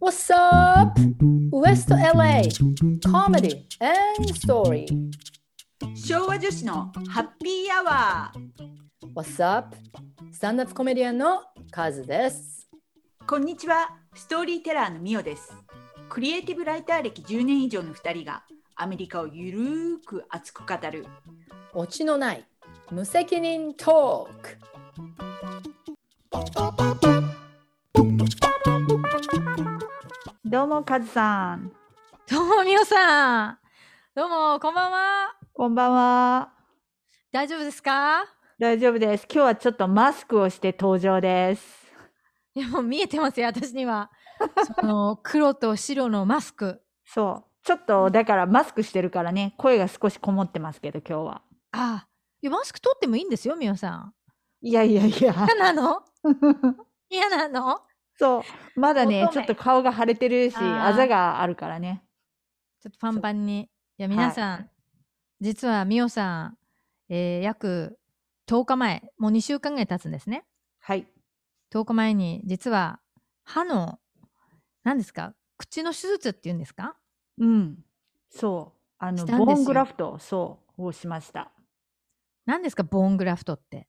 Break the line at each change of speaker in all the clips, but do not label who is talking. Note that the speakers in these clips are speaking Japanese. What's up? West LA Comedy and Story
昭和女子のハッピーアワー
What's up? スタンダップコメディアンのカズです
こんにちはストーリーテラーのミオですクリエイティブライター歴10年以上の2人がアメリカをゆるーく熱く語る
オチのない無責任トーク
どうもカズさん
どうもみおさんどうもこんばんは
こんばんは
大丈夫ですか
大丈夫です今日はちょっとマスクをして登場です
いやもう見えてますよ私にはその黒と白のマスク
そうちょっとだからマスクしてるからね声が少しこもってますけど今日は
ああいやマスク取ってもいいんですよみおさん
いやいやいや
嫌なの嫌なの
そうまだね
乙
ちょっ
女
と顔が腫れてるし
あー
あざがあるからね
ちょっとパンパンにいや皆さん、実はみおさん、えー約10日前もう2週間ぐらい経つんですね
はい
10日前に実は歯の何ですか口の手術っていうんですか
うんそうあの
したんです
ボ
よ
ーングラフトそうをしました
何ですかボーングラフトって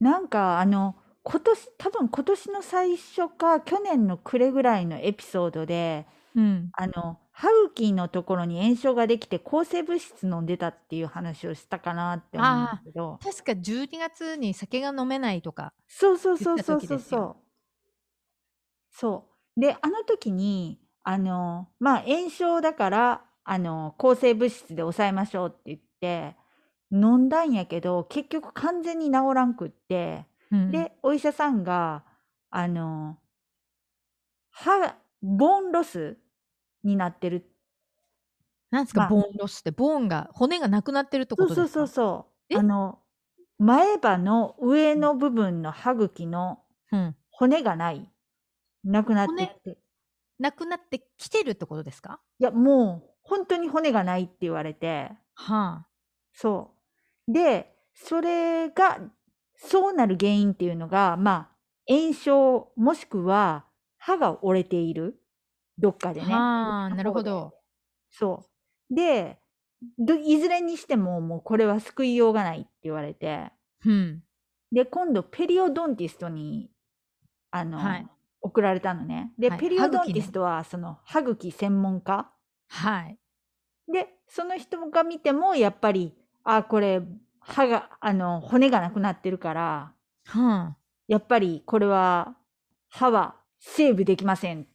なんかあの今年多分今年の最初か去年の暮れぐらいのエピソードで
うん
あの歯茎のところに炎症ができて抗生物質飲んでたっていう話をしたかなって思うんだけど
確か12月に酒が飲めないとか
そうそうそうそう
言った時
そう
です
そう
よ
そうであの時にあのまあ炎症だからあの抗生物質で抑えましょうって言って飲んだんやけど結局完全に治らんくって
うん
で、お医者さんが、あの、歯、ボーンロスになってる。
なんですか、
まあ
ボーンロスって、ボーンが、骨がなくなってるっ
そ
てこ
う
と
そ
で
う
すか
そうそう。
え
あの、前歯の上の部分の歯茎の
うん。
骨がない。なくなってって。い
なくなってきてるってことですか
や、もう、本当に骨がないって言われて。
はあ。
そう。で、それが、そうなる原因っていうのが、まあ、炎症、もしくは、歯が折れている。どっかでね。
はあ、なるほど。
そう。で、どいずれにしてももうこれは救いようがないって言われて、
うん。
で、今度ペリオドンティストに、あの、
はい
送られたのね。で、
はい
ペリオドン
歯
テ
茎
ィ
ね
ストはその歯茎専門家。
はい。
で、その人が見てもやっぱり、あ、これ歯が、あの、骨がなくなってるから、
はあ。
やっぱりこれは歯はセーブできません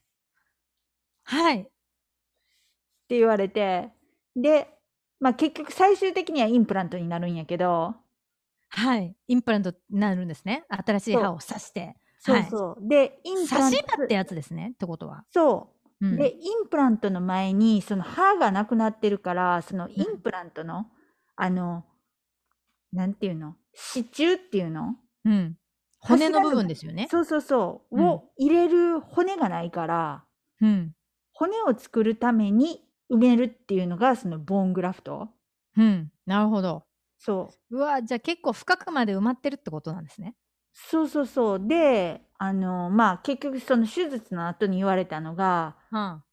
はい。
って言われてで、まあ、結局最終的にはインプラントになるんやけど
はい。インプラントになるんですね。新しい歯を刺して。
そうそう、でインプラ
刺
ント
し歯ってやつですね。ってことは。
そうう、
ん。
でインプラントの前にその歯がなくなってるからそのインプラントの、あのなんていうの支柱っていうの
うん。骨の部分ですよね。
そうそうそう、
うん
を入れる骨がないから
うん。
骨を作るために埋めるっていうのがそのボーングラフト
うん。なるほど。
そう
うわ、じゃあ結構深くまで埋まってるってことなんですね。
そうそうそう。で、あの、まあ、結局その手術の後に言われたのが、
は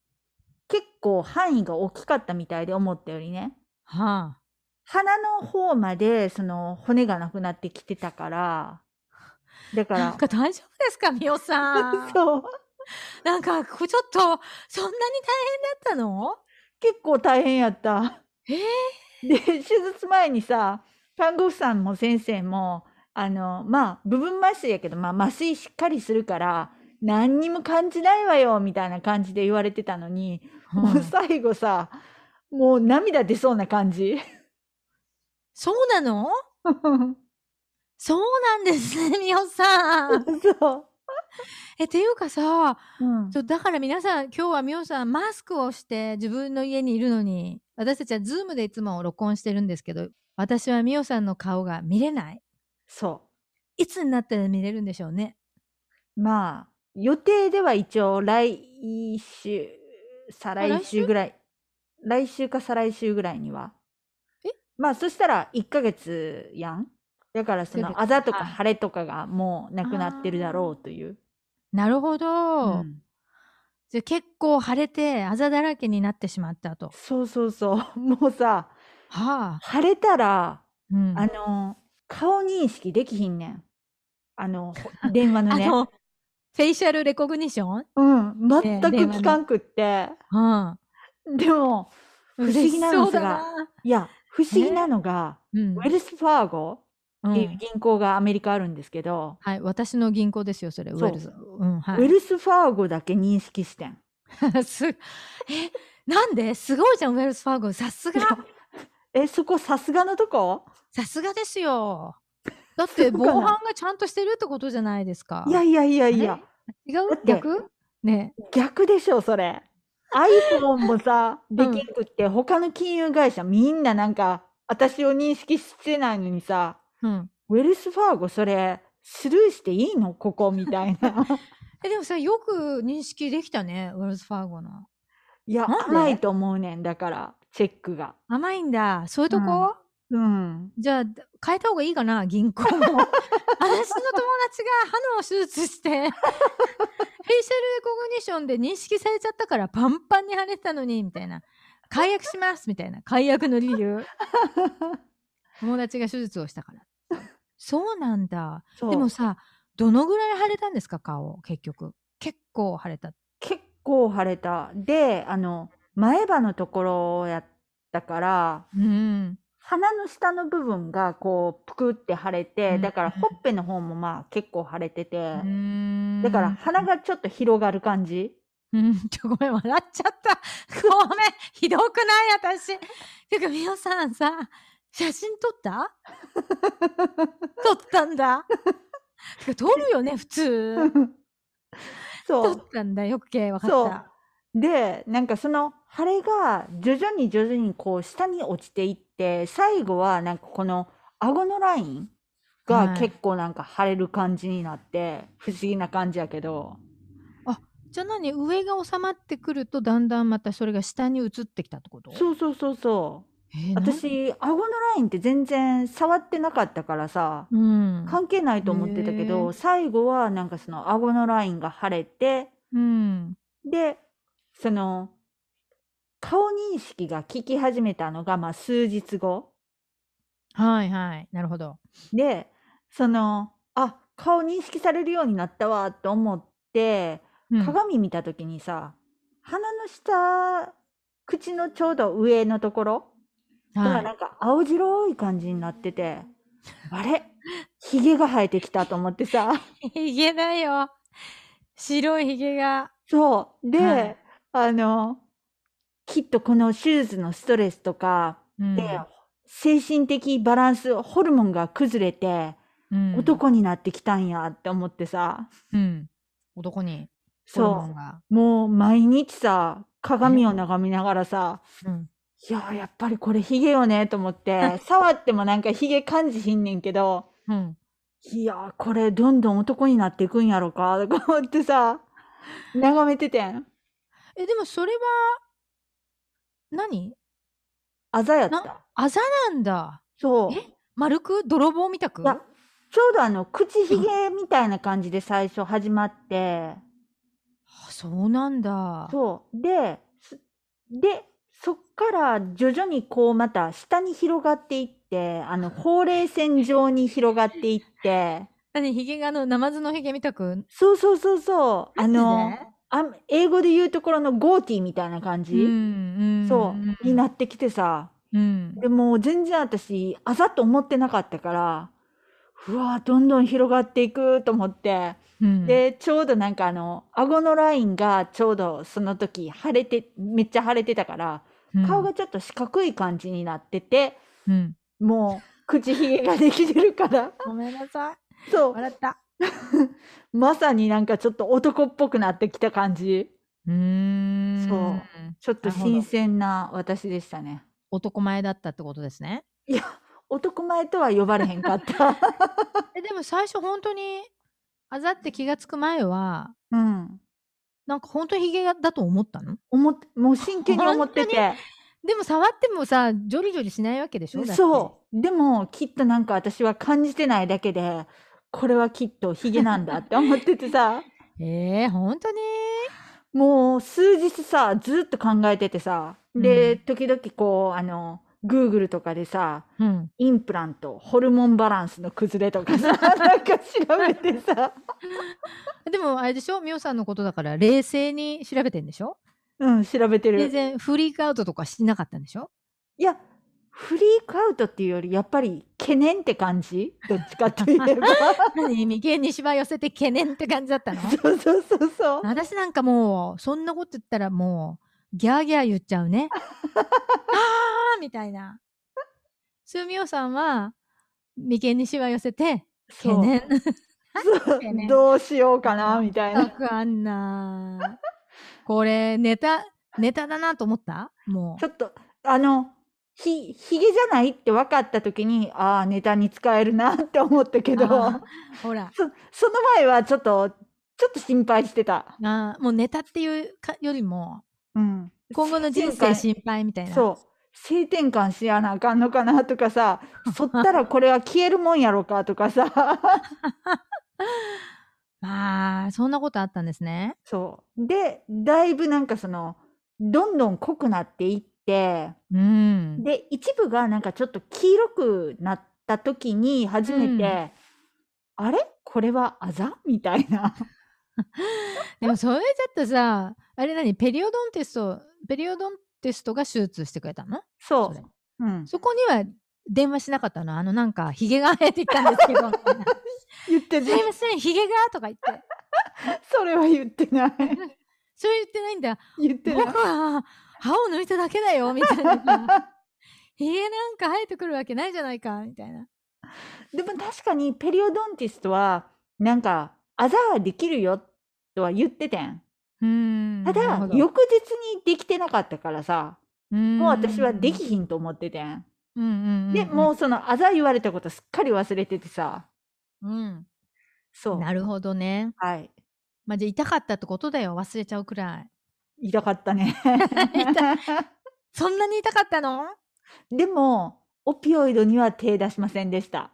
結構範囲が大きかったみたいで思ったよりね。
あ。は
鼻の方までその骨がなくなってきてたから、だ
あ。
か
なん
ら、
か大丈夫ですかみおさん。
そう、
なんか、ここちょっと、そんなに大変だったの
結構大変やった。
え
で、手術前にさ、看護婦さんも先生も、あの、まあ、部分麻酔やけど、まあ、麻酔しっかりするから、何にも感じないわよ、みたいな感じで言われてたのに、もう
うん
最後さ、もう涙出そうな感じ。
そうなの
そ
そうなんですね、みおさん。
う。
え、っていうかさ、
うん
そうだから皆さん、今日はみおさん、マスクをして自分の家にいるのに、私たちはズームでいつも録音してるんですけど、私はみおさんの顔が見れない。
そ
いつになったら見れるんでしょうね。
う。まあ、予定では一応来週、再
あ
来
来
週
週
ぐらい、来週か再来週ぐらいには。
え
まあ、そしたら1ヶ月やん。だからそ
一ヶ
の
月
あざとか
はい
腫れとかがもうなくなってるだろうという。
なるほど。
うん
じゃあ結構腫れてあざだらけになってしまったと。
そうそうそう。 もうさ、
はあ。
腫れたら、
うん、
あの、顔認識できひんねん。あの、 ほ電話の
あ
ね。
のフェイシャルレコグニション、
うん、全く
ね電話の
聞かんくって。
うん、
でも、不思議なの
嬉しそ
で
う
す
だ
が、
な。
いや、不思議なのが、
うん
ウェルス・ファーゴ
う、
っていうん銀行がアメリカあるんですけど、
はい、私の銀行ですよ、それ、ウ
そう
ェルズ。うん、は
ウェ
い。
ルス・ファーゴだけ認識してん。
すえ、なんですごいじゃん、ウェルスファーゴ。さすが。
え、そこさすがのとこ
さすがです よ。だって
そう
防
かな
犯がちゃんとしてるってことじゃないですか。
いやいやいやいや、
違う
だって
逆ね
逆でしょ、それ。iPhone もさ、できんくって、他の金融会社みんななんか、私を認識してないのにさ、
うん。
ウェルス・ファーゴそれ、スルーしていいのここみたい な。
え、でもさ、よく認識できたね、ウェルズファーゴの。
いや、
なんで
甘いと思うねん、だから、チェックが。
甘いんだ。そういうとこ、
うん。
じゃあ、変えた方がいいかな、銀行も。私の友達が歯の手術して、フェイシャルレコグニションで認識されちゃったからパンパンに腫れたのに、みたいな。解約します、みたいな。解約の理 由。友達が手術をしたから。そうなんだ。
そう
でもさ、どのぐらい腫れたんですか、顔、結局。結構腫れた。
結構腫れた。で、あの、前歯のところやったから、
うん。
鼻の下の部分がこう、ぷくって腫れ
う
て、
ん
だからほっぺの方もまあ結構腫れてて、だ
だ
から鼻がちょっと広がる感じ。
うん、ちょ、ご めん、笑っちゃった。ごめん、ひどくない私。てか、みおさんさ、写真撮った 撮ったんだ。てか撮るよね、普通。
そ
撮
う
っ。たんだよ、OK、わか
そ
った
う。。で、なんかその腫れが徐々に徐々にこう下に落ちていって、最後はなんかこの顎のラインが
はい
結構なんか腫れる感じになって、不思議な感じやけど、
じゃあ何、上が収まってくると、だんだんまたそれが下に移ってきたってこと
そうそうそうそう。
えーなん
私、顎のラインって全然触ってなかったからさ、
うん。
関係ないと思ってたけ
へ
ど、
え
最後はなんかその顎のラインが腫れて、
うん。
で、その、顔認識が効き始めたのが、まあ数日後。
はいはい。なるほど。
で、その、あ、顔認識されるようになったわと思って、
うん
鏡見た時にさ、鼻の下、口のちょうど上のところ
は
が
い
なんか青白い感じになってて、あれヒゲが生えてきたと思ってさ。
ひげだよ。白いひげが。
そう。で、
はい
あの、きっとこの手術のストレスとか
うん
で、精神的バランス、ホルモンが崩れて、
うん、
男になってきたんやって思ってさ、
うん、男にホルモ
そ
ンが。
う。もう毎日さ、鏡を眺めながらさ、
うん
いやー、やっぱりこれヒゲよねと思 って、触ってもなんかヒゲ感じひんねんけど、
うん
いやー、これどんどん男になっていくんやろか、 とか思ってさ、眺めててん。
えでもそれは何
あざやっ
な
た。
あざなんだ
そう。
え丸く泥棒みたく
いや、ちょうどあの、口ひげみたいな感じで最初始まって、
あそうなんだ。
そう。で、すで、そっから徐々にこうまた下に広がっていって、あ の、ほうれい線状に広がっていって、
何ひげがあのナマズのひげみたく
そうそうそうそう、あ
マ
の
ジで、
あ英語で言うところのゴーティーみたいな感じ、
ん
そう、になってきてさ、
うん
でもう全然私、あざと思ってなかったから、うわーどんどん広がっていくと思って、
うん、
で、ちょうどなんかあの、顎のラインがちょうどその時腫れて、めっちゃ腫れてたから、
うん
顔がちょっと四角い感じになってて、
うん、
もう口ひげができてる から、
ごめんなさい
そ
笑った。
う、まさになんかちょっと男っぽくなってきた感じ。
うーん
そうちょっと
なるほど
新鮮な私でしたね。
男前だったってことですね。
いや、男前とは呼ばれへんか った。
えでも最初本当にあざって気がつく前は
うん。
なんか本当にヒゲだと思ったの
思っもう真剣に思ってて。
でも触ってもさジョリジョリしないわけでしょ
そう。でも、きっとなんか私は感じてないだけで、こ れはきっとヒゲなんだって思っててさ。
うえー、本当に
もう、す日さずっと考えててさ
う
で
ん
時々こうあの Google とかでさ
うん。
インプラントホルモンバランスの崩れと かさなんか調べてさ、
でもあれでしょミオさんのことだから冷静に調べてんでしょ
うん、調べて
全
る
然フリークアウトとかしなかったんで しょ
いやフリークアウトっていうよりやっぱり懸念って感じどっちかといえば
何眉間に芝寄せて懸念って感じだったの
そうそうそうそう
私なんかもうそんなこと言ったらもうギャーギャー言っちゃうね。あーみたいな。そうミオさんは眉間に芝寄せて
そう
懸念。
そう
てね
どうしようかなみたい
全
な
くあんな。これネタネタだなと思ったも
ちょっとあのひひげじゃないって分かった時にああネタに使えるなって思ったけ
う。
ど
あーほら
そ その前はちょっとちょっと心配してた、
あーもうネタっていうかよりも
うん、
今後の人生心配みたいな。
そう性転換しやなあかんのかなとかさそったらこれは消えるもんやろかとか さ
まあそんなことあったんですね。
そうでだいぶなんかそのどんどん濃くなっていって
うん。
で一部がなんかちょっと黄色くなった時に初めて、あれこれはあざみたい な
でもそれだとさあれ何ペリオドンテストペリオドンテストが手術してくれたの
そ
それ
う、うん、
そこには電話しなかったのあのなんかひげが生えてきたんですけどみた いな
言って
す
ね
いませんひげがとか言って
それは言ってない
それ言ってないんだ
言ってない
僕は歯を抜いただけだよみ たいなひげなんか生えてくるわけないじゃないかみたいな
でも確かにペリオドンティストはなんかあざができるよとは言っててん
うーん
た
なる
だ
ほど
翌日にできてなかったからさ
うーん
もう私はできひんと思っててん
うんうんうんうん
でもうそのあざ言われたことすっかり忘れててさ
うん
そう
なるほどね
はい
まあじゃあ痛かったってことだよ忘れちゃうくらい
痛かった ね
そんなに痛かったの
でも、オピオイドには手出しませんでした。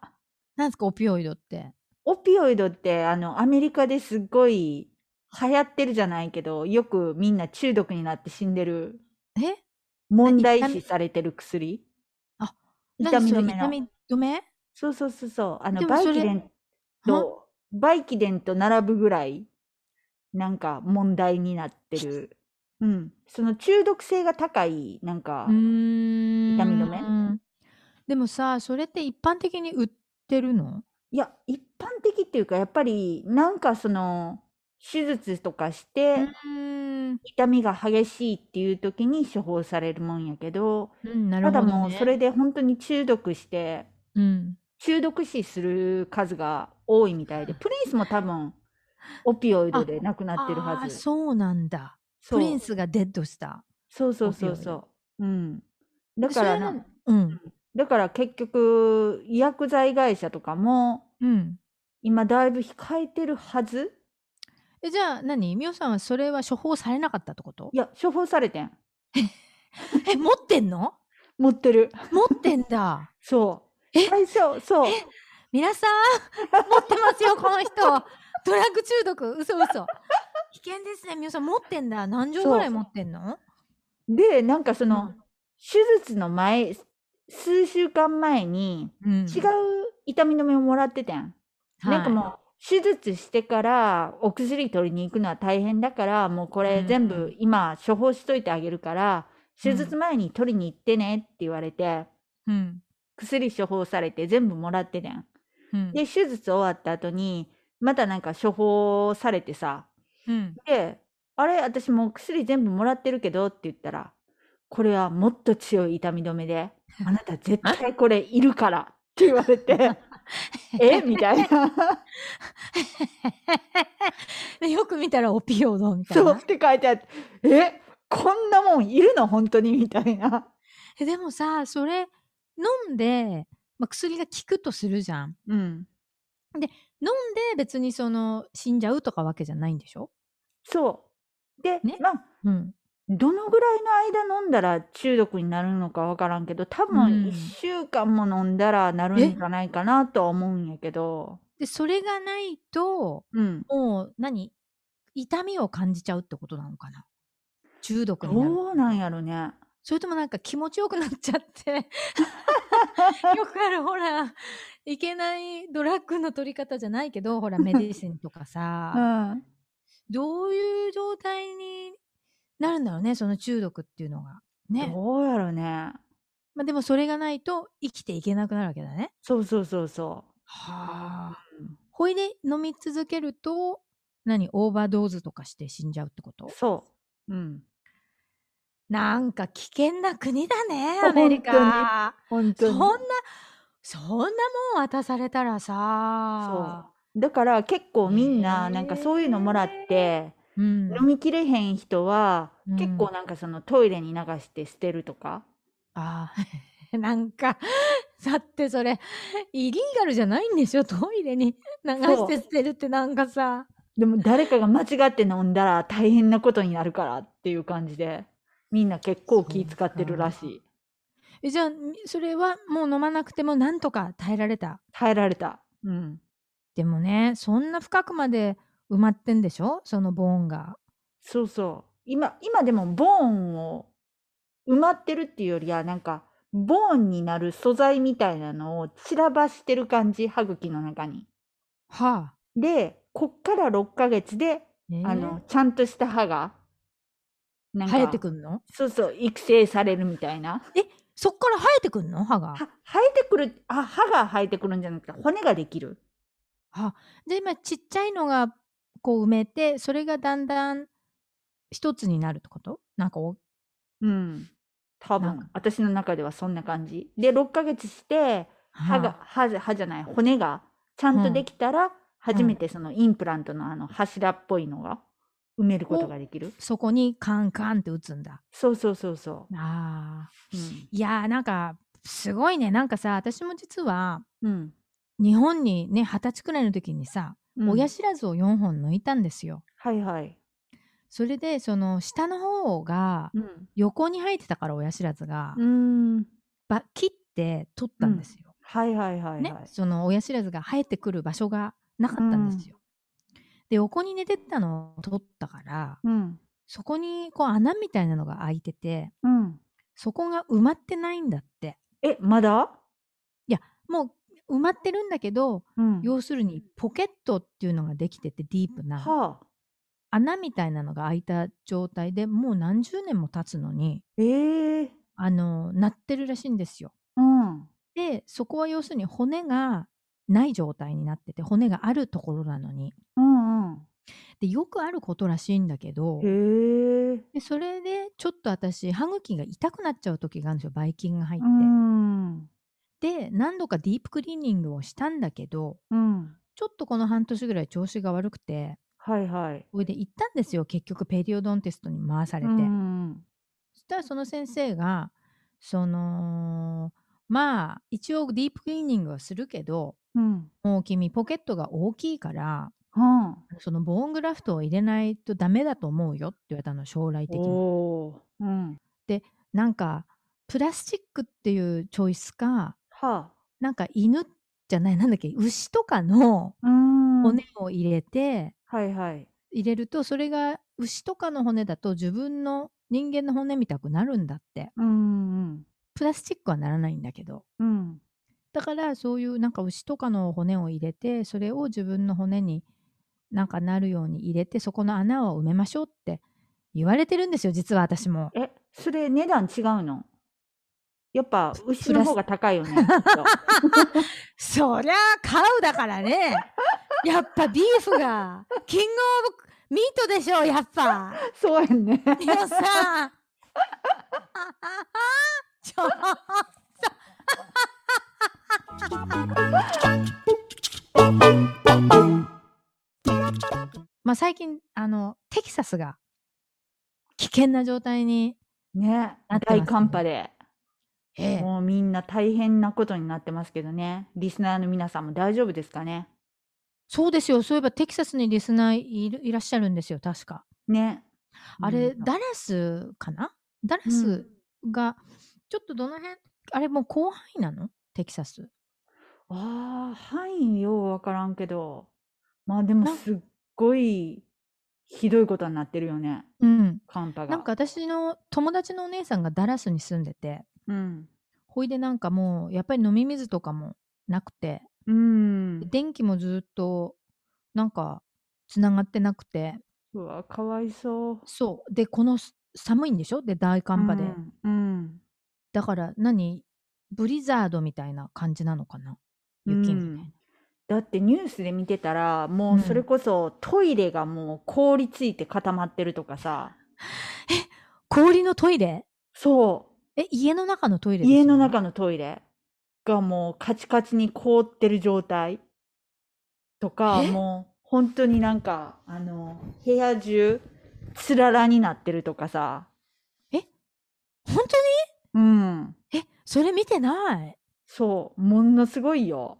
なんですかオピオイドって。
オピオイドって、あの、アメリカですっごい流行ってるじゃないけど、よくみんな中毒になって死んでる、
え
問題
痛み
視されてる薬。
あ、
痛み
何そ
止
れ
め
痛
の。
み止め
そうそうそうそう。あ
で
の、
も
バイ
それ
キデンと、バイキデンと並ぶぐらい、なんか問題になってる。うん。その中毒性が高い、なんか、
うーん
痛み止め
でもさそれって一般的に売ってるの
いや、一般的っていうか、やっぱり、なんかその、手術とかして、
うーん、
痛みが激しいっていう時に処方されるもんやけど、
うん、なる
た
ほど、
だ
ね、
もうそれで本当に中毒して、
うん、
中毒死する数が多いみたいで、プリンスも多分、オピオイドで亡くなってるは
あー
ず。
そうなんだ
そう
プリンスがデッドした
そうそうそうそう。うん。だからな、
うん
だから結局、医薬剤会社とかも、
うん
今だいぶ控えてるはず
えじゃあ何みおさんはそれは処方されなかったってこと
いや、処方されてん。
え持ってんの
持ってる。
持ってんだ
そう。
え
最初、 そう。
皆さん持ってますよこの人ドラッグ中毒嘘嘘危険ですねみおさん持ってんだ何錠ぐらい
そう
持ってんの
で、なんかその、
うん
手術の前、数週間前に、
うん
違う痛み止めをもらっててん。なんかもう、手術してからお薬取りに行くのは大変だから、もうこれ全
うんう
部今処方しといてあげるから、手術前に取りに行ってねって言われて、
うん
薬処方されて全部もらっててん。
うん
で、手術終わった後に、またなんか処方されてさ、
うん
で、あれ、私もう薬全部もらってるけどって言ったら、これはもっと強い痛み止めで、あなた絶対これいるからって言われて、えみ たいな。
でよく見たらオピオイドみたい
そう
な
って書いてあって、えこんなもんいるの本当にみたいな。
えでもさそれ飲んで、まあ、薬が効くとするじゃん
うん。
飲んで別にその死んじゃうとかわけじゃないんでしょ
そう。で、
ね
まあ、
うん
どのぐらいの間飲んだら中毒になるのかわからんけど、多
うん
分1週間も飲んだらなるんじゃないかなとは思うんやけど、
でそれがないと
うん。
もう何痛みを感じちゃうってことなのかな中毒になる
どうなんやろね。
それともなんか気持ちよくなっちゃって よくあるほらいけないドラッグの取り方じゃないけどほらメディシンとかさ、
うん。
どういう状態になるんだろうねその中毒っていうのがね、
どうやろね。
まあ、でもそれがないと生きていけなくなるわけだね
そうそうそうそ
はあほいで飲み続けると何オーバードーズとかして死んじゃうってこと
う。そう。うん。
なんか危険な国だ
本
ねア
当に
メリカ
本
そ
当
ん
に
な。そんなもん渡されたらさ
だから結構みんな
へえ
なんかそういうのもらって
う、ん、
飲みきれへん人は
うん
結構なんかそのトイレに流して捨てるとか。
あ あなんかだってそれイリーガルじゃないんでしょトイレに流して捨てるってなんかさ
でも誰かが間違って飲んだら大変なことになるからっていう感じでみんな結構気使ってるらしい。
えじゃあみそれはもう飲まなくてもなんとか耐えられた
耐えられた。うん。
でもねそんな深くまで埋まってんでしょそのボーンが
そうそう。今、今でもボーンを埋まってるっていうよりは、なんか、ボーンになる素材みたいなのを散らばしてる感じ、歯茎の中に。
はあ、
で、こっから6ヶ月で、
えー
あの、ちゃんとした歯が、な
生えて
る。
くんの
そうそう、育成されるみたいな。
そっから生えてくんの歯が
は生えてくる、あ、歯が生えてくるんじゃなくて、骨ができる。
で今ちっちゃいのがこう埋めてそれがだんだん一つになるってことなんかお
うん。多
なん
分
か、
私の中ではそんな感じ。で、6ヶ月して、歯が、歯じゃ歯じゃない骨がちゃんとできたら、初めてそのインプラントのあの柱っぽいのが埋めることができる。
そこにカンカンって打つんだ
そうそうそうそ
あー
う。うん。
いやーなんかすごいねなんかさ私も実は
うん
日本にね二十歳くらいの時にさ、
うん
親知らずを4本抜いたんですよ
はいはい。
それでその下の方が
うん。
横に生えてたから親知らずが、
うん。
ば切って取ったんですよ、
はいはいはいはい。
ね、その親知らずが生えてくる場所がなかったんですよ、で横に寝てたのを取ったから
うん。
そこにこう穴みたいなのが開いてて
うん。
そこが埋まってないんだって
え、まだ
もう埋まってるんだけど
うん
要するにポケットっていうのができててディープな
はあ。
穴みたいなのが開いた状態でもう何十年も経つのに
ええ
あの鳴ってるらしいんですよ。
うん。
でそこは要するに骨がない状態になってて骨があるところなのに
うん
でよくあることらしいんだけど
うん。へえ。
でそれでちょっと私歯茎が痛くなっちゃう時があるんですよばい菌が入っ
う
て。
ん。
で何度かディープクリーニングをしたんだけど
うん。
ちょっとこの半年ぐらい調子が悪くて
はいはい。
それで行ったんですよ結局ペリオドンテストに回され
う
て、
ん。
そしたらその先生がそのまあ一応ディープクリーニングはするけど
うん。
もう君ポケットが大きいから
うん。
そのボーングラフトを入れないとダメだと思うよって言われたの将来的に
おーうん。
なんかプラスチックっていうチョイスか
は
なんか犬じゃないなんだっけ牛とかの
あ。うん。
骨を入れて、
はいはい。
入れるとそれが牛とかの骨だと自分の人間の骨みたくなるんだって
うんうん
プラスチックはならないんだけど
うん
だからそういうなんか牛とかの骨を入れてそれを自分の骨になんかなるように入れてそこの穴を埋めましょうって言われてるんですよ実は私も。
え、それ値段違うのやっぱ牛の方が高いよね。きっと
そりゃあ買うだから ねやっぱビーフがキングオブミートでしょやっぱ。
そうやんね。
いやさちょっとまあ、最近あのテキサスが危険な状態に、
ね
なってますね
大寒波で。
え
もうみんな大変なことになってますけどね。リスナーの皆さんも大丈夫ですかね。
そうですよそういえばテキサスにリスナーいるいらっしゃるんですよ確か。
ね。
あれ、
うん
ダラスかなダラスが、ちょっとどの辺あれもう広範囲なのテキサス。
ああ、範囲ようわからんけど。まあでも
なん
すっごいひどいことになってるよね
うん、
寒波が
なんか私の友達のお姉さんがダラスに住んでて
うん
ほいでなんかもうやっぱり飲み水とかもなくて
うん
電気もずっとなんかつながってなくて
うわかわいそう
そうでこのす寒いんでしょで大寒波で、
うんうん
だから何ブリザードみたいな感じなのかな雪みたいな、
うんだってニュースで見てたらもうそれ
うん
こそトイレがもう凍りついて固まってるとかさ
氷のトイレ
そ
え家の中のト
う
イレですよ
家
ね
の中のトイレがもうカチカチに凍ってる状態とか
え
もう本当になんかあの部屋中つららになってるとかさ
本当
うん
にえそれ見てない
そうものすごいよ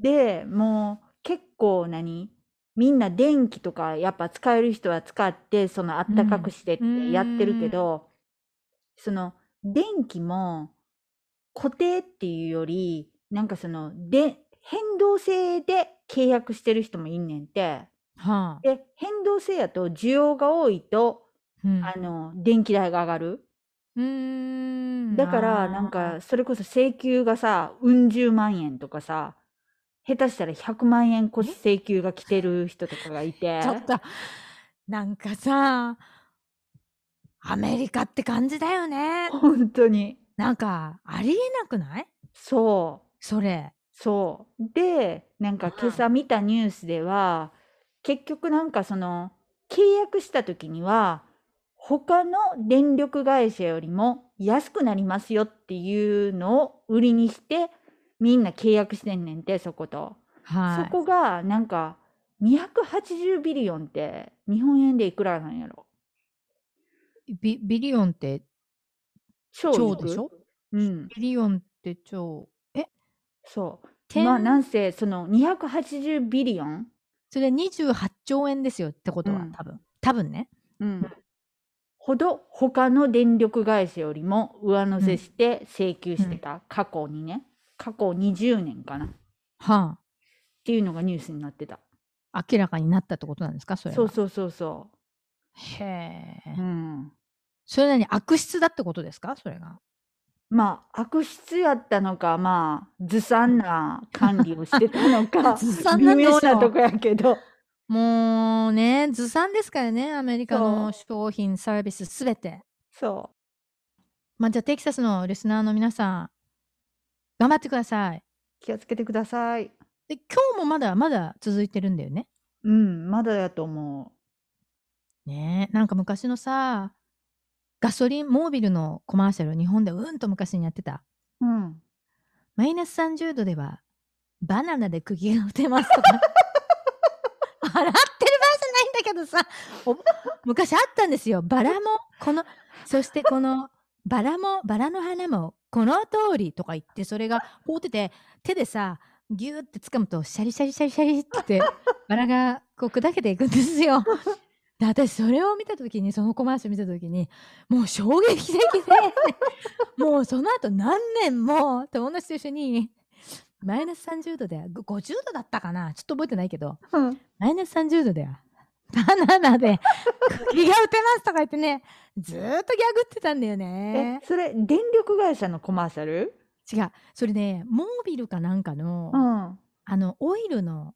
でもう結構何みんな電気とかやっぱ使える人は使ってそのあったかくしてっ
う
て
ん
やってるけど、その電気も固定っていうよりなんかそので変動制で契約してる人もいんねんて
はあ、
で変動制やと需要が多いと、
うん、
あの電気代が上がる
うーん
だからなんかそれこそ請求がさうん十万円とかさ下手したら100万円こ
え
請求が来てる人とかがいて
ちょっと、なんかさ、アメリカって感じだよね。
本当に
なんか、ありえなくない
そう
それ。
そうでなんか
うん
今朝見たニュースでは結局なんかその契約した時には他の電力会社よりも安くなりますよっていうのを売りにしてみんな契約してんねんてそこと。
は
そ
い。
こがなんか280ビリオンって日本円でいくらなんやろ
ビビリオンって
超
超でしょ
うん、
ビリオンって超。え
そう。
天、
まあなんせその280ビリオン、
それ28兆円ですよってことは、
うん
多分。多分ね。
うん、ほど他の電力会社よりも上乗せして請求してた、過去にね過去20年かなっ
は
ていうのがニュースになってた。
あ。明らかになったってことなんですかそれは。
そうそうそうそ
へえ。
う。うん
それなに悪質だってことですかそれが。
まあ悪質やったのかまあずさんな管理をしてたのか
ずさんなんで
微
しょ う
妙なとこやけど。
もうね、ずさんですからね、アメリカの商品、サービスすべて。
そ。
まあ、じゃあテキサスのリスナーの皆さん頑張ってくださいう
気をつけてください。
で今日もまだまだ続いてるんだよね
うん、まだやと思
ねえなんか昔のさガソリンモービルのコマーシャル日本でうんと昔にやってた
う。うん。
マイナス30度ではバナナで釘が打てますとか笑ってる場合じゃないんだけどさお昔あったんですよバラもこのそしてこのバラもバラの花もこの通りとか言ってそれが凍ってて手でさギューって掴むとシャリシャリシャリシャリって言ってバラがこう砕けていくんですよ。で私それを見た時にそのコマーシャル見た時にもう衝撃的でもうその後何年も友達と一緒にマイナス30度でご50度だったかなちょっと覚えてないけど マイナス30度ではバナナで釘が打てますとか言ってねずーっとギャグってたんだよ
え
ね、
それ、電力会社のコマーシャル
違うそれねモービルかなんかの、
ん。
あのオイルの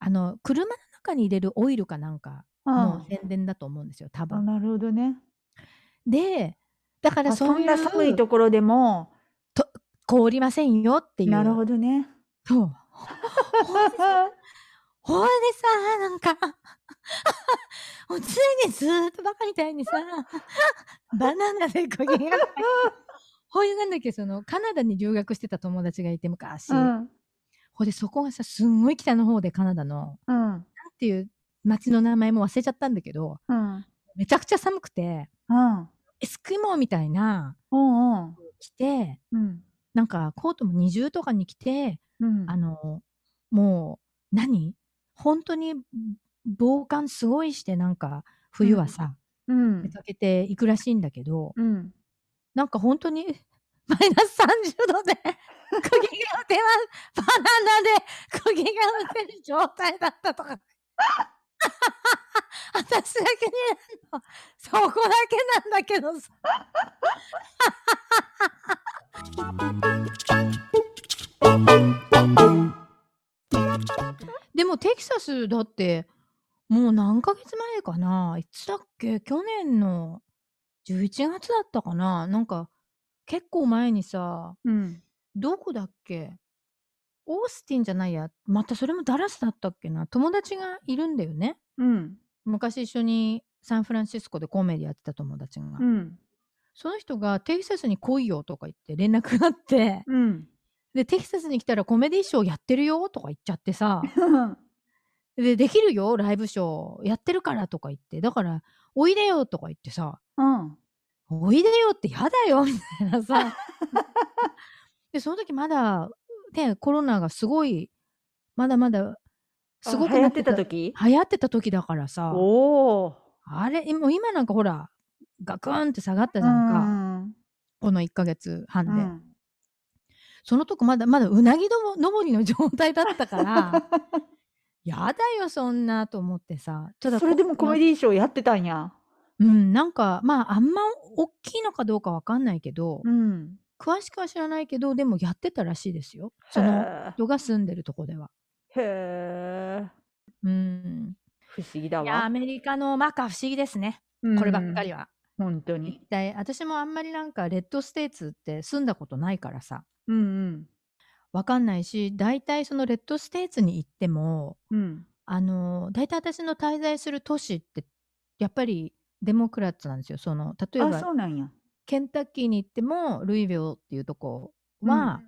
あの車の中に入れるオイルかなんか
あ
の宣伝だと思うんですよ多
あ、
分
なるほどね。
でだから
あ
そ
そう
い
ん
う
な寒いところでも、
凍りませんよっていう
なるほどね。
そうほいでさ、なんか、 もう常にずーっとバカみた いにさ、バナナでこげが。ほいでなんだっけ、その、カナダに留学してた友達がいて昔。
うん。
ほいでそこがさ、すんごい北の方でカナダの、
うん。
なんていう街の名前も忘れちゃったんだけど、
うん。
めちゃくちゃ寒くて、
うん。
エスキモーみたいな、
うん。うん。
着て、
うん。
なんかコートも二重とかに着て、
うん
あの、もう、何本当に防寒すごいして、なんか、冬はさ、
うん
出かけていくらしいんだけど、
うん。
なんか本当に、 マイナス30度で、 釘が打てます。バナナで、釘が打てる状態だったとか。 私だけになるのそこだけなんだけどさ でもテキサスだってもう何ヶ月前かないつだっけ去年の11月だったかななんか結構前にさ
うん。
どこだっけオースティンじゃないやまたそれもダラスだったっけな友達がいるんだよね
うん。
昔一緒にサンフランシスコでコメディやってた友達が、
うん。
その人がテキサスに来いよとか言って連絡があって
うん。
でテキサスに来たらコメディショーやってるよとか言っちゃって さでできるよライブショーやってるからとか言ってだからおいでよとか言ってさ
うん。
おいでよってやだよみ たいなさ でその時まだねコロナがすごいまだまだすごく
流行
な
ってた時
流行ってた時だからさ
おお。
あれもう今なんかほらガクンって下がった
う
じゃんか、
ん。
この1ヶ月半
う
で、
ん。
そのとこまだまだうなぎども登りの状態だったから やだよそんなと思ってさただ
それでもコメ
ディ
ディーショーやってたんや。
うんなんかまああんま大きいのかどうかわかんないけど、
うん。
詳しくは知らないけどでもやってたらしいですよその
へ
人が住んでるとこでは
え。へー
うん
不思議だ
いやア
わ。
メリカのマカ不思議ですねこればっかり
は。
は、
本当に。
で私もあんまりなんかレッドステーツって住んだことないからさ
うん
わかんないし大体そのレッドステーツに行っても
うん。うん。
あの大体私の滞在する都市ってやっぱりデモクラッツなんですよその例え
あ、
ば
そうなんや。
ケンタッキーに行ってもルイビオっていうとこは、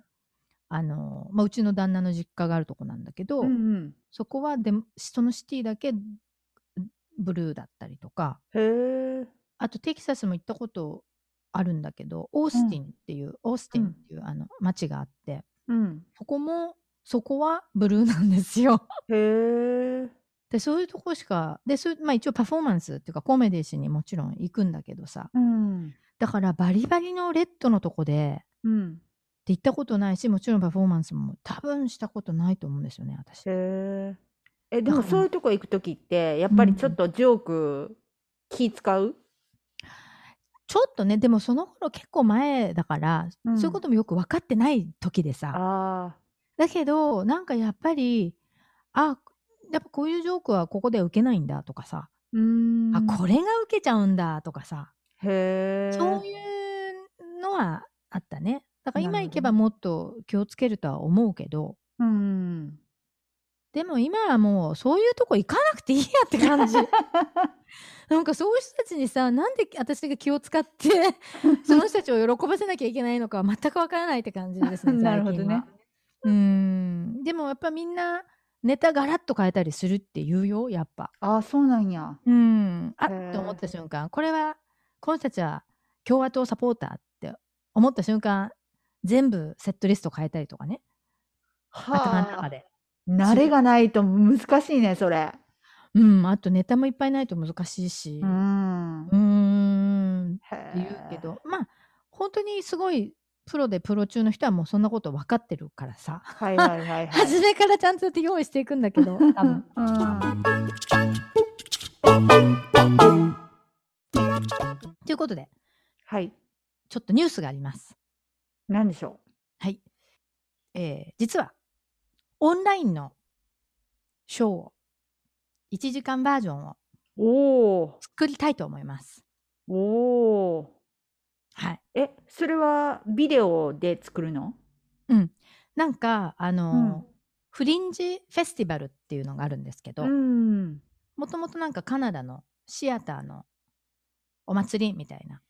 あのまあ、うちの旦那の実家があるとこなんだけど、
うんうん。
そこはでもそのシティだけブルーだったりとか
へえ。
あとテキサスも行ったことあるんだけどオースティンっていう、オースティンっていうあの町があって
うん。
そこもそこはブルーなんですよ。
へえ。
でそういうとこしかでそういう、まあ、一応パフォーマンスっていうかコメディしにもちろん行くんだけどさ
うん。
だからバリバリのレッドのとこで
うん。
って行ったことないしもちろんパフォーマンスも多分したことないと思うんですよね私。
へえ。え、で
だ
も
から
そういうとこ行くときって、やっぱりちょっとジョーク気使う
ちょっとねでもその頃結構前だから、
うん
そういうこともよく分かってない時でさ
ああ。
だけどなんかやっぱりあやっぱこういうジョークはここでは受けないんだとかさ、
うーん。
あこれが受けちゃうんだとかさ、
へえ。
そういうのはあったねだから
な
今
るほど
行けばもっと気をつけるとは思うけど
うん。
でも今はもうそういうとこ行かなくていいやって 感じなんかそういう人たちにさなんで私が気を使って その人たちを喜ばせなきゃいけないのか全くわからないって感じですね
なるほどね
最近はうーんでもやっぱみんなネタガラッと変えたりするって言うよやっぱ
ああ、そうなんや。
うんあ
へー
っと思った瞬間これはこの人たちは共和党サポーターって思った瞬間全部セットリスト変えたりとかね頭の中で
慣れがないと難しいね、それ。
うんあとネタもいっぱいないと難しいし
うーん。
うーん
へ
っ
え
て言うけ。ど、まあ本当にすごいプロでプロ中の人はもうそんなこと分かってるからさ、
はいはいはい はい。
初めからちゃんとやって用意していくんだけど多 分
うん。
ということで
はい。
ちょっとニュースがあります
なんでしょ
はい、えー実はオンラインのショーを1時間バージョンを
う。お
作りたいと思います
お。おお。
はい
え、それはビデオで作るの
なんかあのー
うん
フリンジフェスティバルっていうのがあるんですけど、
うん。
もともとなんかカナダのシアターのお祭りみたいな、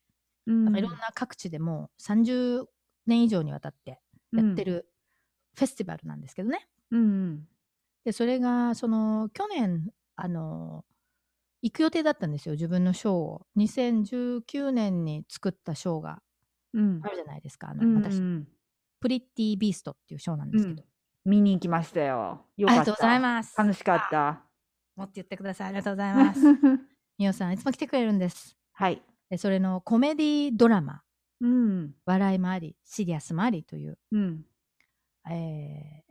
うん
なんかいろんな各地でもう30年以上にわたってやって。るフェスティバルなんですけどね。
うん。
で、それが、その、去年、あの、行く予定だったんですよ、自分のショーを。2019年に作ったショーが
うん
あ。るじゃないですか。あ
う
の、
ん。
私、プリッティ・ビーストっていうショーなんですけど。
見に行きましたよ。よ
あ
かった。
りがとうございます。
楽しかった。
もっと言ってください。ありがとうござい ます。みおさん、いつも来てくれるんです。
はい。
でそれのコメディドラマ、
うん。
笑いもあり、シリアスもありという
うん。
えー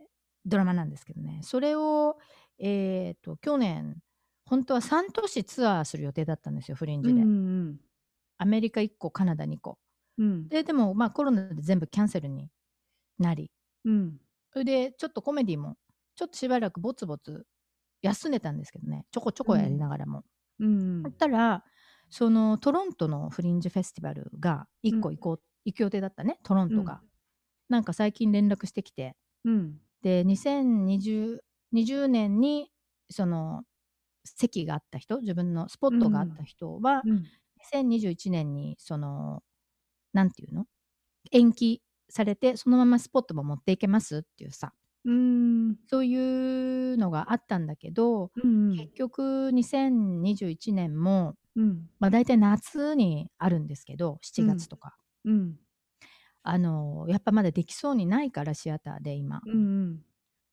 ドラマなんですけどねそれを、えーと去年本当は3都市ツアーする予定だったんですよフリン
う
ジ
ん
で、
うん
アメリカ1個カナダ2個
うん
ででもまあコロナで全部キャンセルになり
うん
それでちょっとコメディもちょっとしばらくぼつぼつ休んでたんですけどねちょこちょこやりながらも、
うん
そしたらそのトロントのフリンジフェスティバルが1個行こう、行く予定だったねトロントが、
うん
なんか最近連絡してきて
うん
で2020 20年にその席があった人自分のスポットがあった人は、
うん
2021年にそのなんていうの延期されてそのままスポットも持っていけますっていうさ
うん
そういうのがあったんだけど、
うん
結局2021年も、
うん
まあ、大体夏にあるんですけど7月とか、
うん
あのやっぱまだできそうにないからシアターで今
うん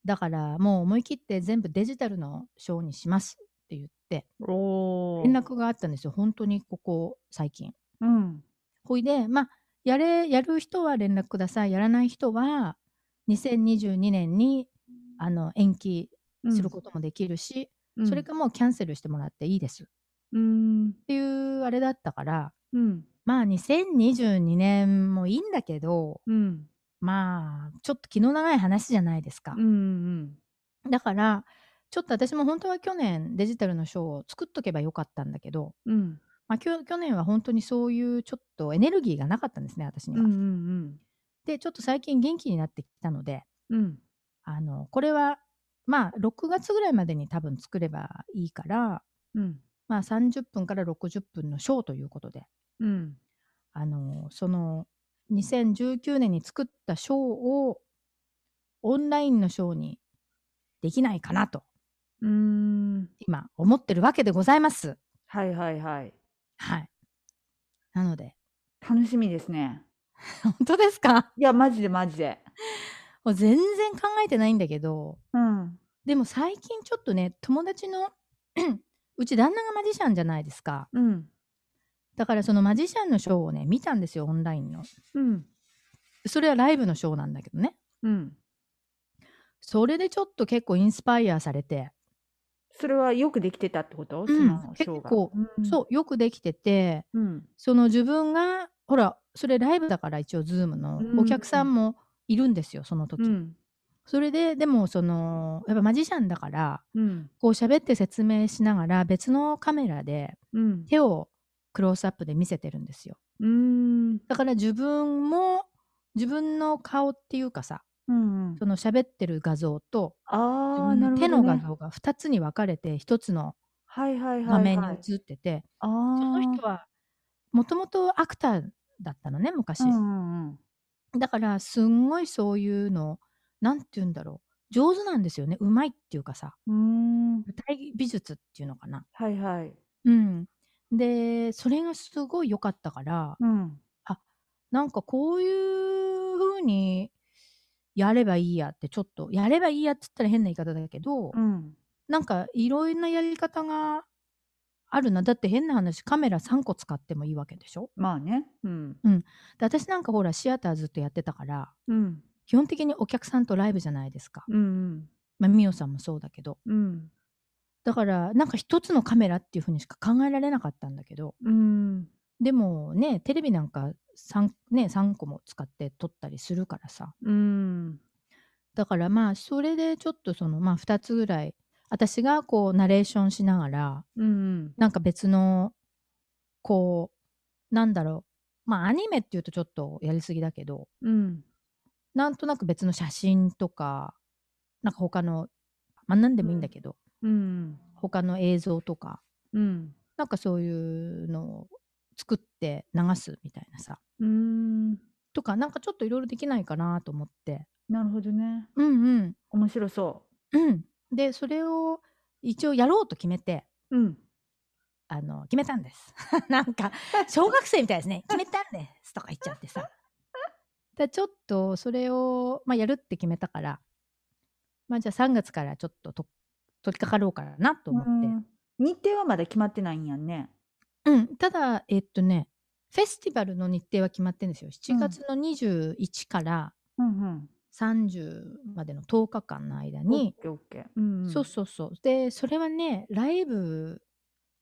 だからもう思い切って全部デジタルのショーにしますって言って
お
連絡があったんですよ本当にここ最近。
うん
ほいでまあやれやる人は連絡くださいやらない人は2022年にあの延期することもできるし、それかもうキャンセルしてもらっていいですっ
うん
ていうあれだったから
うん
まあ2022年もいいんだけど
うん
まあちょっと気の長い話じゃないですか
うんう、ん
だからちょっと私も本当は去年デジタルのショーを作っとけばよかったんだけど、
うん
まあ、きょ去年は本当にそういうちょっとエネルギーがなかったんですね私に
う
は。
んうん
でちょっと最近元気になってきたので
うん
あのこれはまあ6月ぐらいまでに多分作ればいいから、
うん
まあ、30分から60分のショーということで
うん
あのその2019年に作ったショーをオンラインのショーにできないかなと
うん
今思ってるわけでございます。
はいはいはい
はい。なので、
楽しみですね
本当ですか
いやマジでマジで
もう全然考えてないんだけど、
うん
でも最近ちょっとね、友達の うち旦那がマジシャンじゃないですか。
うん
だからそのマジシャンのショーをね、見たんですよ、オンラインの。
うん
それはライブのショーなんだけどね。
うん
それでちょっと結構インスパイアされて、
それはよくできてたってこと、
ん
そのショーが
結構そう、よくできてて、
うん
その自分が、ほら、それライブだから一応、ズームの
うん
お客さんもいるんですよ、その時。
うん
それで、でも、その、やっぱマジシャンだから、
うん
こう喋って説明しながら別のカメラで
うん
手をクロースアップで見せてるんですよ。
うん
だから自分も自分の顔っていうかさ、
うんうん
その喋ってる画像と自
ああ
分
なるほど、
の
ね、
手の画像が2つに分かれて1つの
はいはいはい、はい、
画面に映ってて、
あ
その人はもともとアクターだったのね昔、
ーうんうん
だからすんごいそういうのなんて言うんだろう上手なんですよねうまいっていうかさ
うんうーん
舞台美術っていうのかな
はいはい
うん、でそれがすごい良かったから
うん
なんかこういう風にやればいいやってちょっとやればいいやっつったら変な言い方だけど、
うん
なんかいろんなやり方があるなだって変な話カメラ3個使ってもいいわけでしょ
まあねうん
で私なんかほらシアターずっとやってたから
うん
基本的にお客さんとライブじゃないですか、
うん
まあ、ミオさんもそうだけど
うん
だからなんか一つのカメラっていう風にしか考えられなかったんだけど
うん
でもねテレビなんか 3,、ね、3個も使って撮ったりするからさ
うん
だからまあそれでちょっとそのまあ2つぐらい私がこうナレーションしながら
うん
なんか別のこうなんだろうまあアニメっていうとちょっとやりすぎだけど
うん
なんとなく別の写真とかなんか他のまあ何でもいいんだけど、
うん
他の映像とか
うん
なんかそういうのを作って流すみたいなさ
うん
とかなんかちょっといろいろできないかなと思って
なるほどね
うんうん
面白そ
うんでそれを一応やろうと決めて
ううん
あの決めたんです なんか小学生みたいですね決めたんですとか言っちゃってさでちょっとそれを、まあ、やるって決めたからまあじゃあ3月からちょっとと取り掛かろうかなと思って、
うん日程はまだ決まってないんやんね
うん、ただ、えっとね、フェスティバルの日程は決まってるんですよ。7月の21から
うん
30までの10日間の間
オッ
に、
ケーオッケーうんうん
そうそうそうでそれはねライブ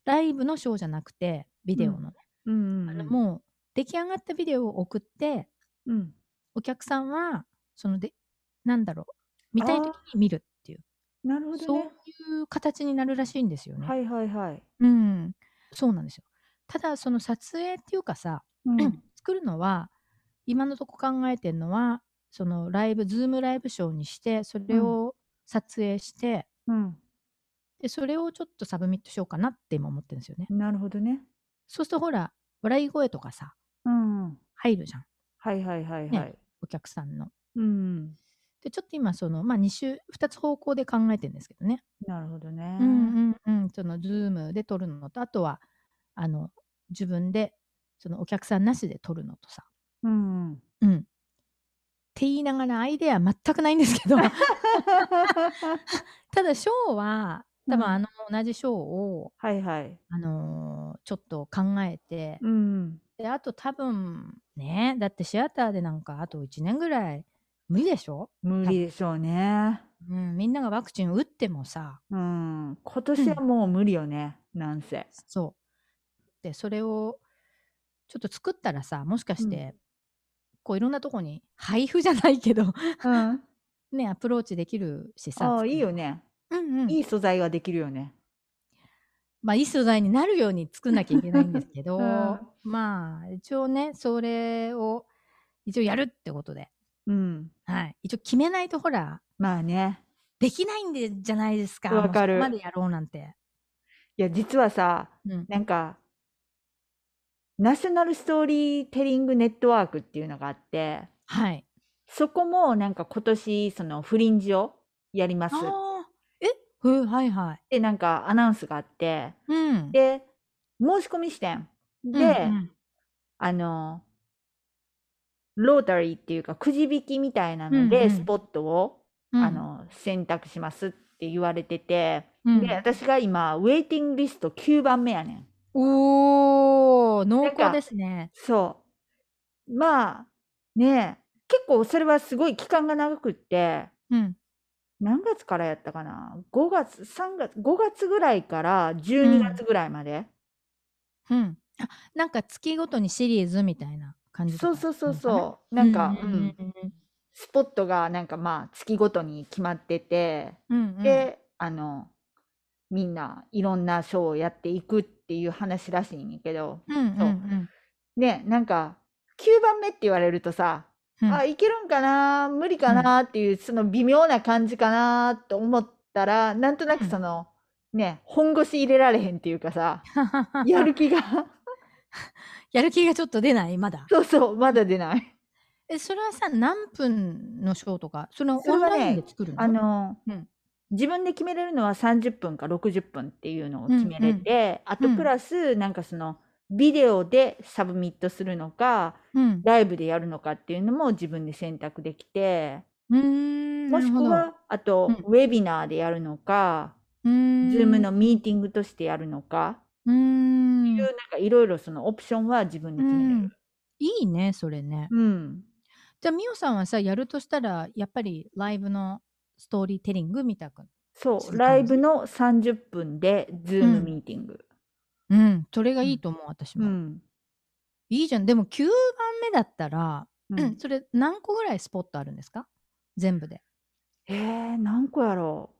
ライブのショーじゃなくてビデオのね、
うんうんうん
あのもう出来上がったビデオを送って
うん
お客さんはそのでなんだろう見たい時に見るっていう
なるほど
そう
ね
いう形になるらしいんですよね。
はいはいはい
うん、そうなんですよただその撮影っていうかさ、
うん
作るのは今のとこ考えてるのはそのライブズームライブショーにしてそれを撮影して、
うん
でそれをちょっとサブミットしようかなって今思ってるんですよね。
なるほどね
そうするとほら笑い声とかさ
うんうん
入るじゃん
はいはいはいは
ね
い
お客さんの。
うん
でちょっと今その、まあ、2週2つ方向で考えてるんですけどね。
なるほどね
うんうんうん、そのズームで撮るのとあとはあの自分でそのお客さんなしで撮るのとさ。
うんうん
うん、って言いながらアイデア全くないんですけど ただショーは多分
うん
あの同じショーを、
はいはい
あのーちょっと考えて、
うん
であと多分ねだってシアターでなんかあと1年ぐらい無理でしょ、
無理でしょうね
うん、みんながワクチン打ってもさ
うん今年はもう無理よねなんせ
そうでそれをちょっと作ったらさもしかして、
う
こういろんなとこに 配布じゃないけど
うん
ねアプローチできるしさ
あ
作
あ
る
いいよね
うんうん、
いい素材ができるよね
まあ、いい素材になるように作んなきゃいけないんですけど、
うん
まあ、一応ね、それを一応やるってことで、
うん
はい。一応決めないと、ほら、
まあね
できないんでじゃないですか。
わかる
もうそこまでやろうなんて。
いや実はさ
うん。
なんかナショナルストーリーテリングネットワークっていうのがあって
はい。
そこもなんか今年そのフリンジをやりますっ
ああ。えふう、はいはい。
てなんかアナウンスがあって
うん。
で申し込み視点
うん
で、あのロータリーっていうかくじ引きみたいなの
うんう
で
ん
スポットを、
うん
あ、の選択しますって言われてて、
うん
で私が今ウェイティングリスト9番目やねん。
おー、濃
なんか
厚ですね。
そう。まあねえ結構それはすごい期間が長くって
うん。
何月からやったかな5月3月5月ぐらいから12月ぐらいまで、
うん。あなんか月ごとにシリーズみたいな感じと
そ
か
うそうそう
なのか
そうなんか、う
う
んん
うんうんうん
スポットがなんかまあ月ごとに決まってて、
うんうん、
であのみんないろんなショーをやっていくっていう話らしいんやけど
うんうんうん
ねなんか9番目って言われるとさ、
うん
あいけるんかな無理かなっていう、その微妙な感じかなと思ったらなんとなく
うん
その、ね本腰入れられへんっていうかさやる気が
やる気がちょっと出ないまだ
そうそうまだ出ない。
えそれはさ何分のショーとかその
そ
オ
れ
ン
はね
ラインで作るの
あの、
うん
自分で決めれるのは30分か60分っていうのを決め
うんう
れ
ん
て、あ
う
と
ん
プラスなんかそのビデオでサブミットするのか、
うん
ライブでやるのかっていうのも自分で選択できて
うーん
もしくはあと、
う
ウェビナーでやるのか、
ズー
Zoom のミーティングとしてやるのか、
うーん
いうなんかいろいろそのオプションは自分で
う
決めれ
ん
る。
いいねそれね
うん、
じゃあみおさんはさやるとしたらやっぱりライブのストーリーテリングみたく
そ
そう
う
いう感じ
ライブの30分で
う
Zoom
ん
ミーティング。
うんそれがいいと思う、私
う
も、
ん
いいじゃんでも9番目だったら、
うん
うん、それ何個ぐらいスポットあるんですか全部で
えー、何個やろう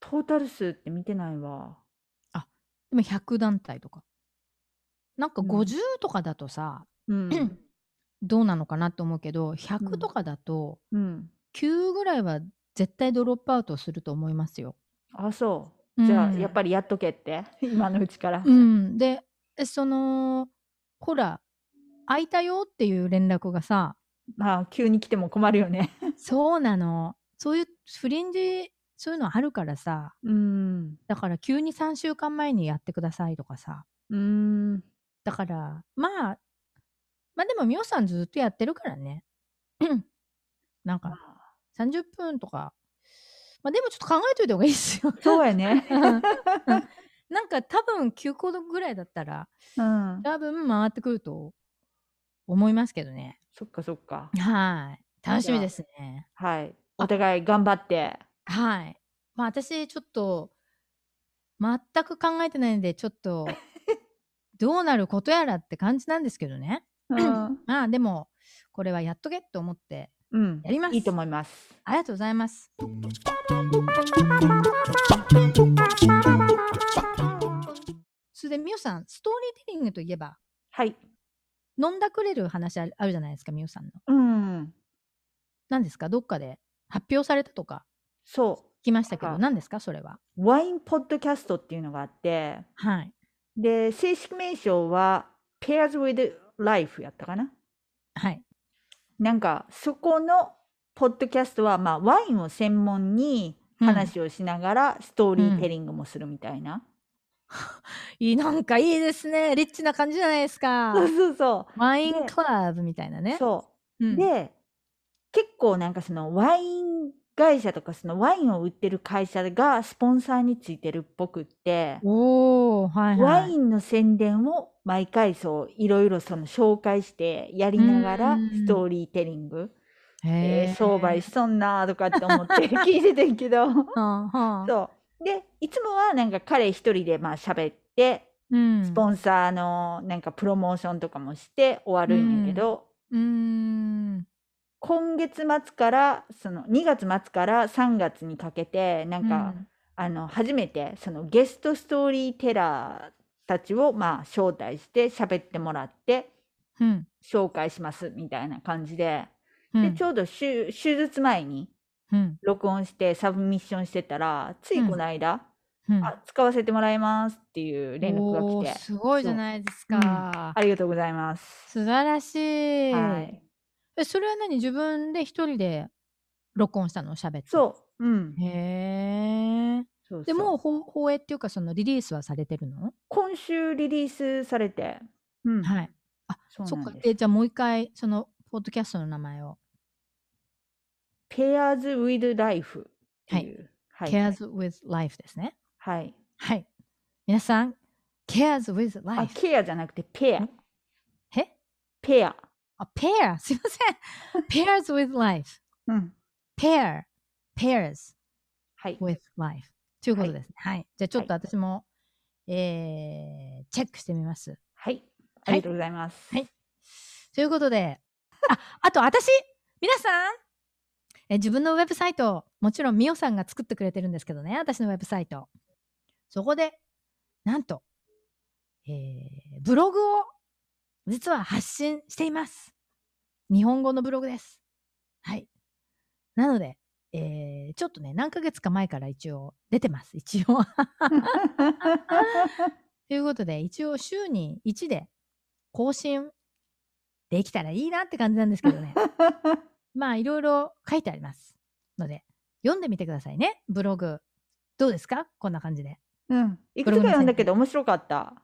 トータル数って見てないわ。
でも100団体とか。なんか
うん
50とかだとさ、
うん。
どうなのかなと思うけど、
う
100
ん
とかだと、
うん。
9ぐらいは絶対ドロップアウトすると思いますよ。
あ、そう。じゃあ、
うん
やっぱりやっとけって。 今のうちから。
うん。で、えその、ほら、空いたよっていう連絡がさ、
まあ、急に来ても困るよね。
そうなの。そういうフリンジ、そういうのあるからさ、
うん。
だから急に3週間前にやってくださいとかさ、
うん。
だから、まあ、まあでも、みおさんずっとやってるからね。 なんか、30分とか。まあでもちょっと考えといた方がいいですよ。
そうやね。
うんなんか多分休校ぐらいだったら、
うん。
多分回ってくると思いますけどね。
そっかそっか。
はい。楽しみですね。
はい。お互い頑張って。
はい。まあ私ちょっと全く考えてないんでちょっとどうなることやらって感じなんですけどね。
うん。
まあでもこれはやっとけと思って
うん
やります
いいと思います。
ありがとうございます。それでみおさんストーリーテリングといえば
はい。
飲んだくれる話あるあるじゃないですかみおさんの。
うん。
何ですかどっかで発表されたとか
そ
聞きましたけど
あ
何ですかそれは。
う。ワインポッドキャストっていうのがあって、
はい。
で、正式名称は Pairs with Life やったかな。
はい。
なんか、そこのポッドキャストは、まあ、ワインを専門に話をしながら、ストーリーテリングもするみたいな。
いいなんかいいですねリッチな感じじゃないです か。
そうそうそ
ワイン
で
クラブみたいな
う。
ね。
そう。
うん
で結構なんかそのワイン会社とかそのワインを売ってる会社がスポンサーについてるっぽくって、
おおはいはい。
ワインの宣伝を毎回そういろいろその紹介してやりながら
うん
ストーリーテリング、え
へー
ー商売しとんなーとかって思って 聞いててんけど
はあはあ
そうでいつもはなんか彼一人でまあ喋って
うん
スポンサーのなんかプロモーションとかもして終わるんやけど、
うーん
今月末からその2月末から3月にかけてなんか、あの初めてそのゲストストーリーテラーたちをまあ招待して喋ってもらって
うん
紹介しますみたいな感じで,、
うん
でちょうど手手術前に
うん
録音してサブミッションしてたらついこの間、
うん
あ使わせてもらいますっていう連絡
お
が
ー
来て
すごいじゃないですか
あ。りがとうございます。
素晴らしい。
はい、
えそれは何自分で一人で録音したの喋って。
そう、うん、
う。へえ。
そう
で
そう
もうほ放映っていうかそのリリースはされてるの？
今週リリースされて、うん、
はい。
そう
そっ
な
か。
んです。
でじゃあもう一回そのポッドキャストの名前を。
Pairs with Life っていう。はい。
Cares with Life ですね。
はい。
はい。皆さん、Cares with
あ、
Life。
ケアじゃなくてペア。
え
ペア。
あ、pair。すいま せん。pairs with life。
うん。
pair。pairs
はい。
with life。ということですね。はい。じゃあちょっと
は
私も、えー、チェックしてみます。
はい。ありがとうございます。
はいということで、あ、あと私皆さんえ自分のウェブサイト、もちろんみおさんが作ってくれてるんですけどね、私のウェブサイト。そこで、なんと、えー、ブログを実は発信しています。日本語のブログです。はい。なので、えー、ちょっとね、何ヶ月か前から一応出てます。一 応。ということで、一応週に1で更新できたらいいなって感じなんですけどね。 まあ、いろいろ書いてありますので、読んでみてくださいね、ブログ。どうですかこんな感じで。
うん。いく
ブロ
つか
グの
読んだけど面白かった。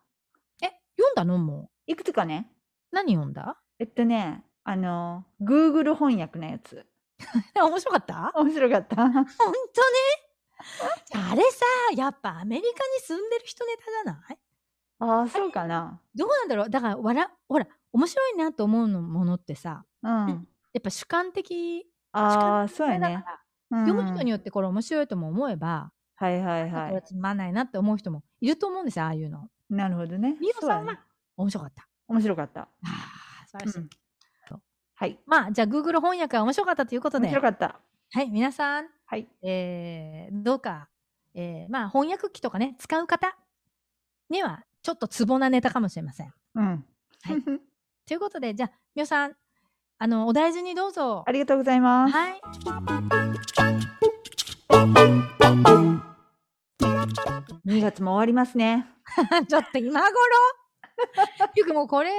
え、読んだのも
いくつかね。
う。何読んだ
えっとね、あの、Google 翻訳のやつ。
面白かった
面白かった。
本当ねあれさ、やっぱアメリカに住んでる人ネタじゃない
ああ、そうかな。
どうなんだろうだから、わら、ほら、面白いなと思うのものってさ、
うん。
やっぱ主観的
ああ、そうや
だか
ね。
ら、
うん
読む人によってこれ面白いとも思えば、
はいはい
なんか
は
これ
い。
つまんないなって思う人もいると思うんですよ、ああいうの。
なるほどね。
みお
そう
さ
や
ん
ね
は。面白かった。
面白かった。
ああ、素晴らしい。
うんはい。
まあ、じゃあ Google 翻訳は面白かったということ
面
で
白、かった。
はい、皆さん、
はい。
えー、どうか、えー、まあ、翻訳機とかね、使う方には、ちょっとツボなネタかもしれません。
うん。
はいということで、じゃあ、みおさん、あの、お大事にどうぞ
あ。りがとうございます。
はい。
2月も終わりますね。
ちょっと今頃ゆうくんもうこれ、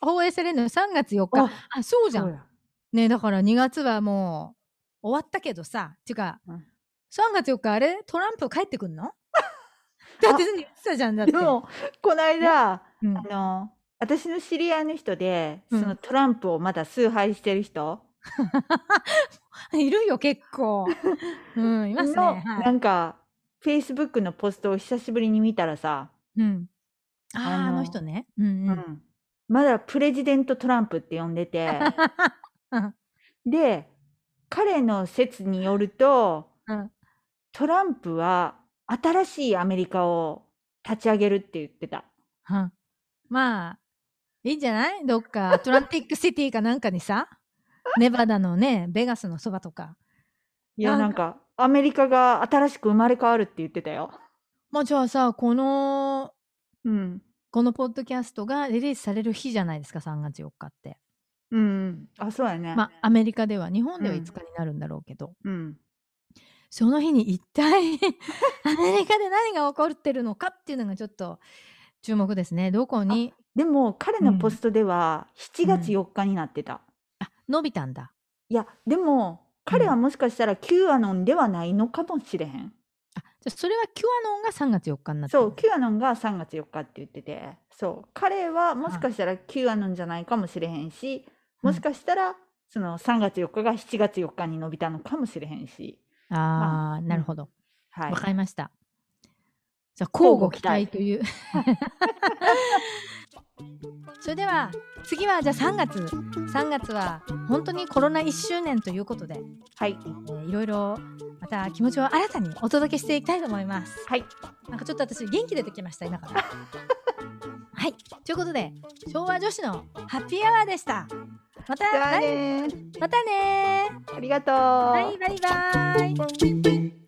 放映されるの3月4日。あ、そうじゃ。
そうんや
ねだから2月はもう、終わったけどさ、っていうか、
うん
3月4日、あれトランプ帰ってくんのだって言ってたじゃん、だっ て。
でも、この間、
うん
あの、私の知り合いの人で、
う
そ
ん
のトランプをまだ崇拝してる人
いるよ、結 構。うん、いますね。
の、
は
ないんか、Facebook のポストを久しぶりに見たらさ、
うん、あー
あの
あの人ね。うん
う
うん
んまだプレジデント・トランプって呼んでて
うん、
で彼の説によると、
うん
トランプは新しいアメリカを立ち上げるって言ってた。
うんまあいいんじゃないどっかアトランティックシティかなんかに さネバダのねベガスのそばとか
いや
な
なんんかアメリカが新しく生まれ変わるって言ってたよ。
まあじゃあさこの
うん。
このポッドキャストがリリースされる日じゃないですか3月4日って
うん。あそうやね。
まあアメリカでは日本では
うん
5日になるんだろうけど、
うん。
その日に一体 アメリカで何が起こってるのかっていうのがちょっと注目ですねどこに
でも彼のポストでは7月
うん
4日になってた。
伸びたんだ
いやでも彼は
う
もしかしたら Q アノンではないのかもしれへん。
あじゃあそれはキュアノンが3月4日になってる
そう、キュアノンが3月4日って言ってて、そう、彼はもしかしたらキュアノンじゃないかもしれへんし、
うん
もしかしたらその3月4日が7月4日に伸びたのかもしれへんし、
ああ
うん
なるほど
は
わ、
い。
かりましたじゃあ
交互
交互
期
期
待
待という それでは次はじゃあ3月3月は本当にコロナ1周年ということで
はい。
えーいろいろまた気持ちを新たにお届けしていきたいと思います。
はい。
なんかちょっと私元気出てきました 今から。はいということで昭和女子のハッピーアワーでした。また
じゃあ
来
ねー
またね
ありがとう。
ー。はいバイバイ。
ding ding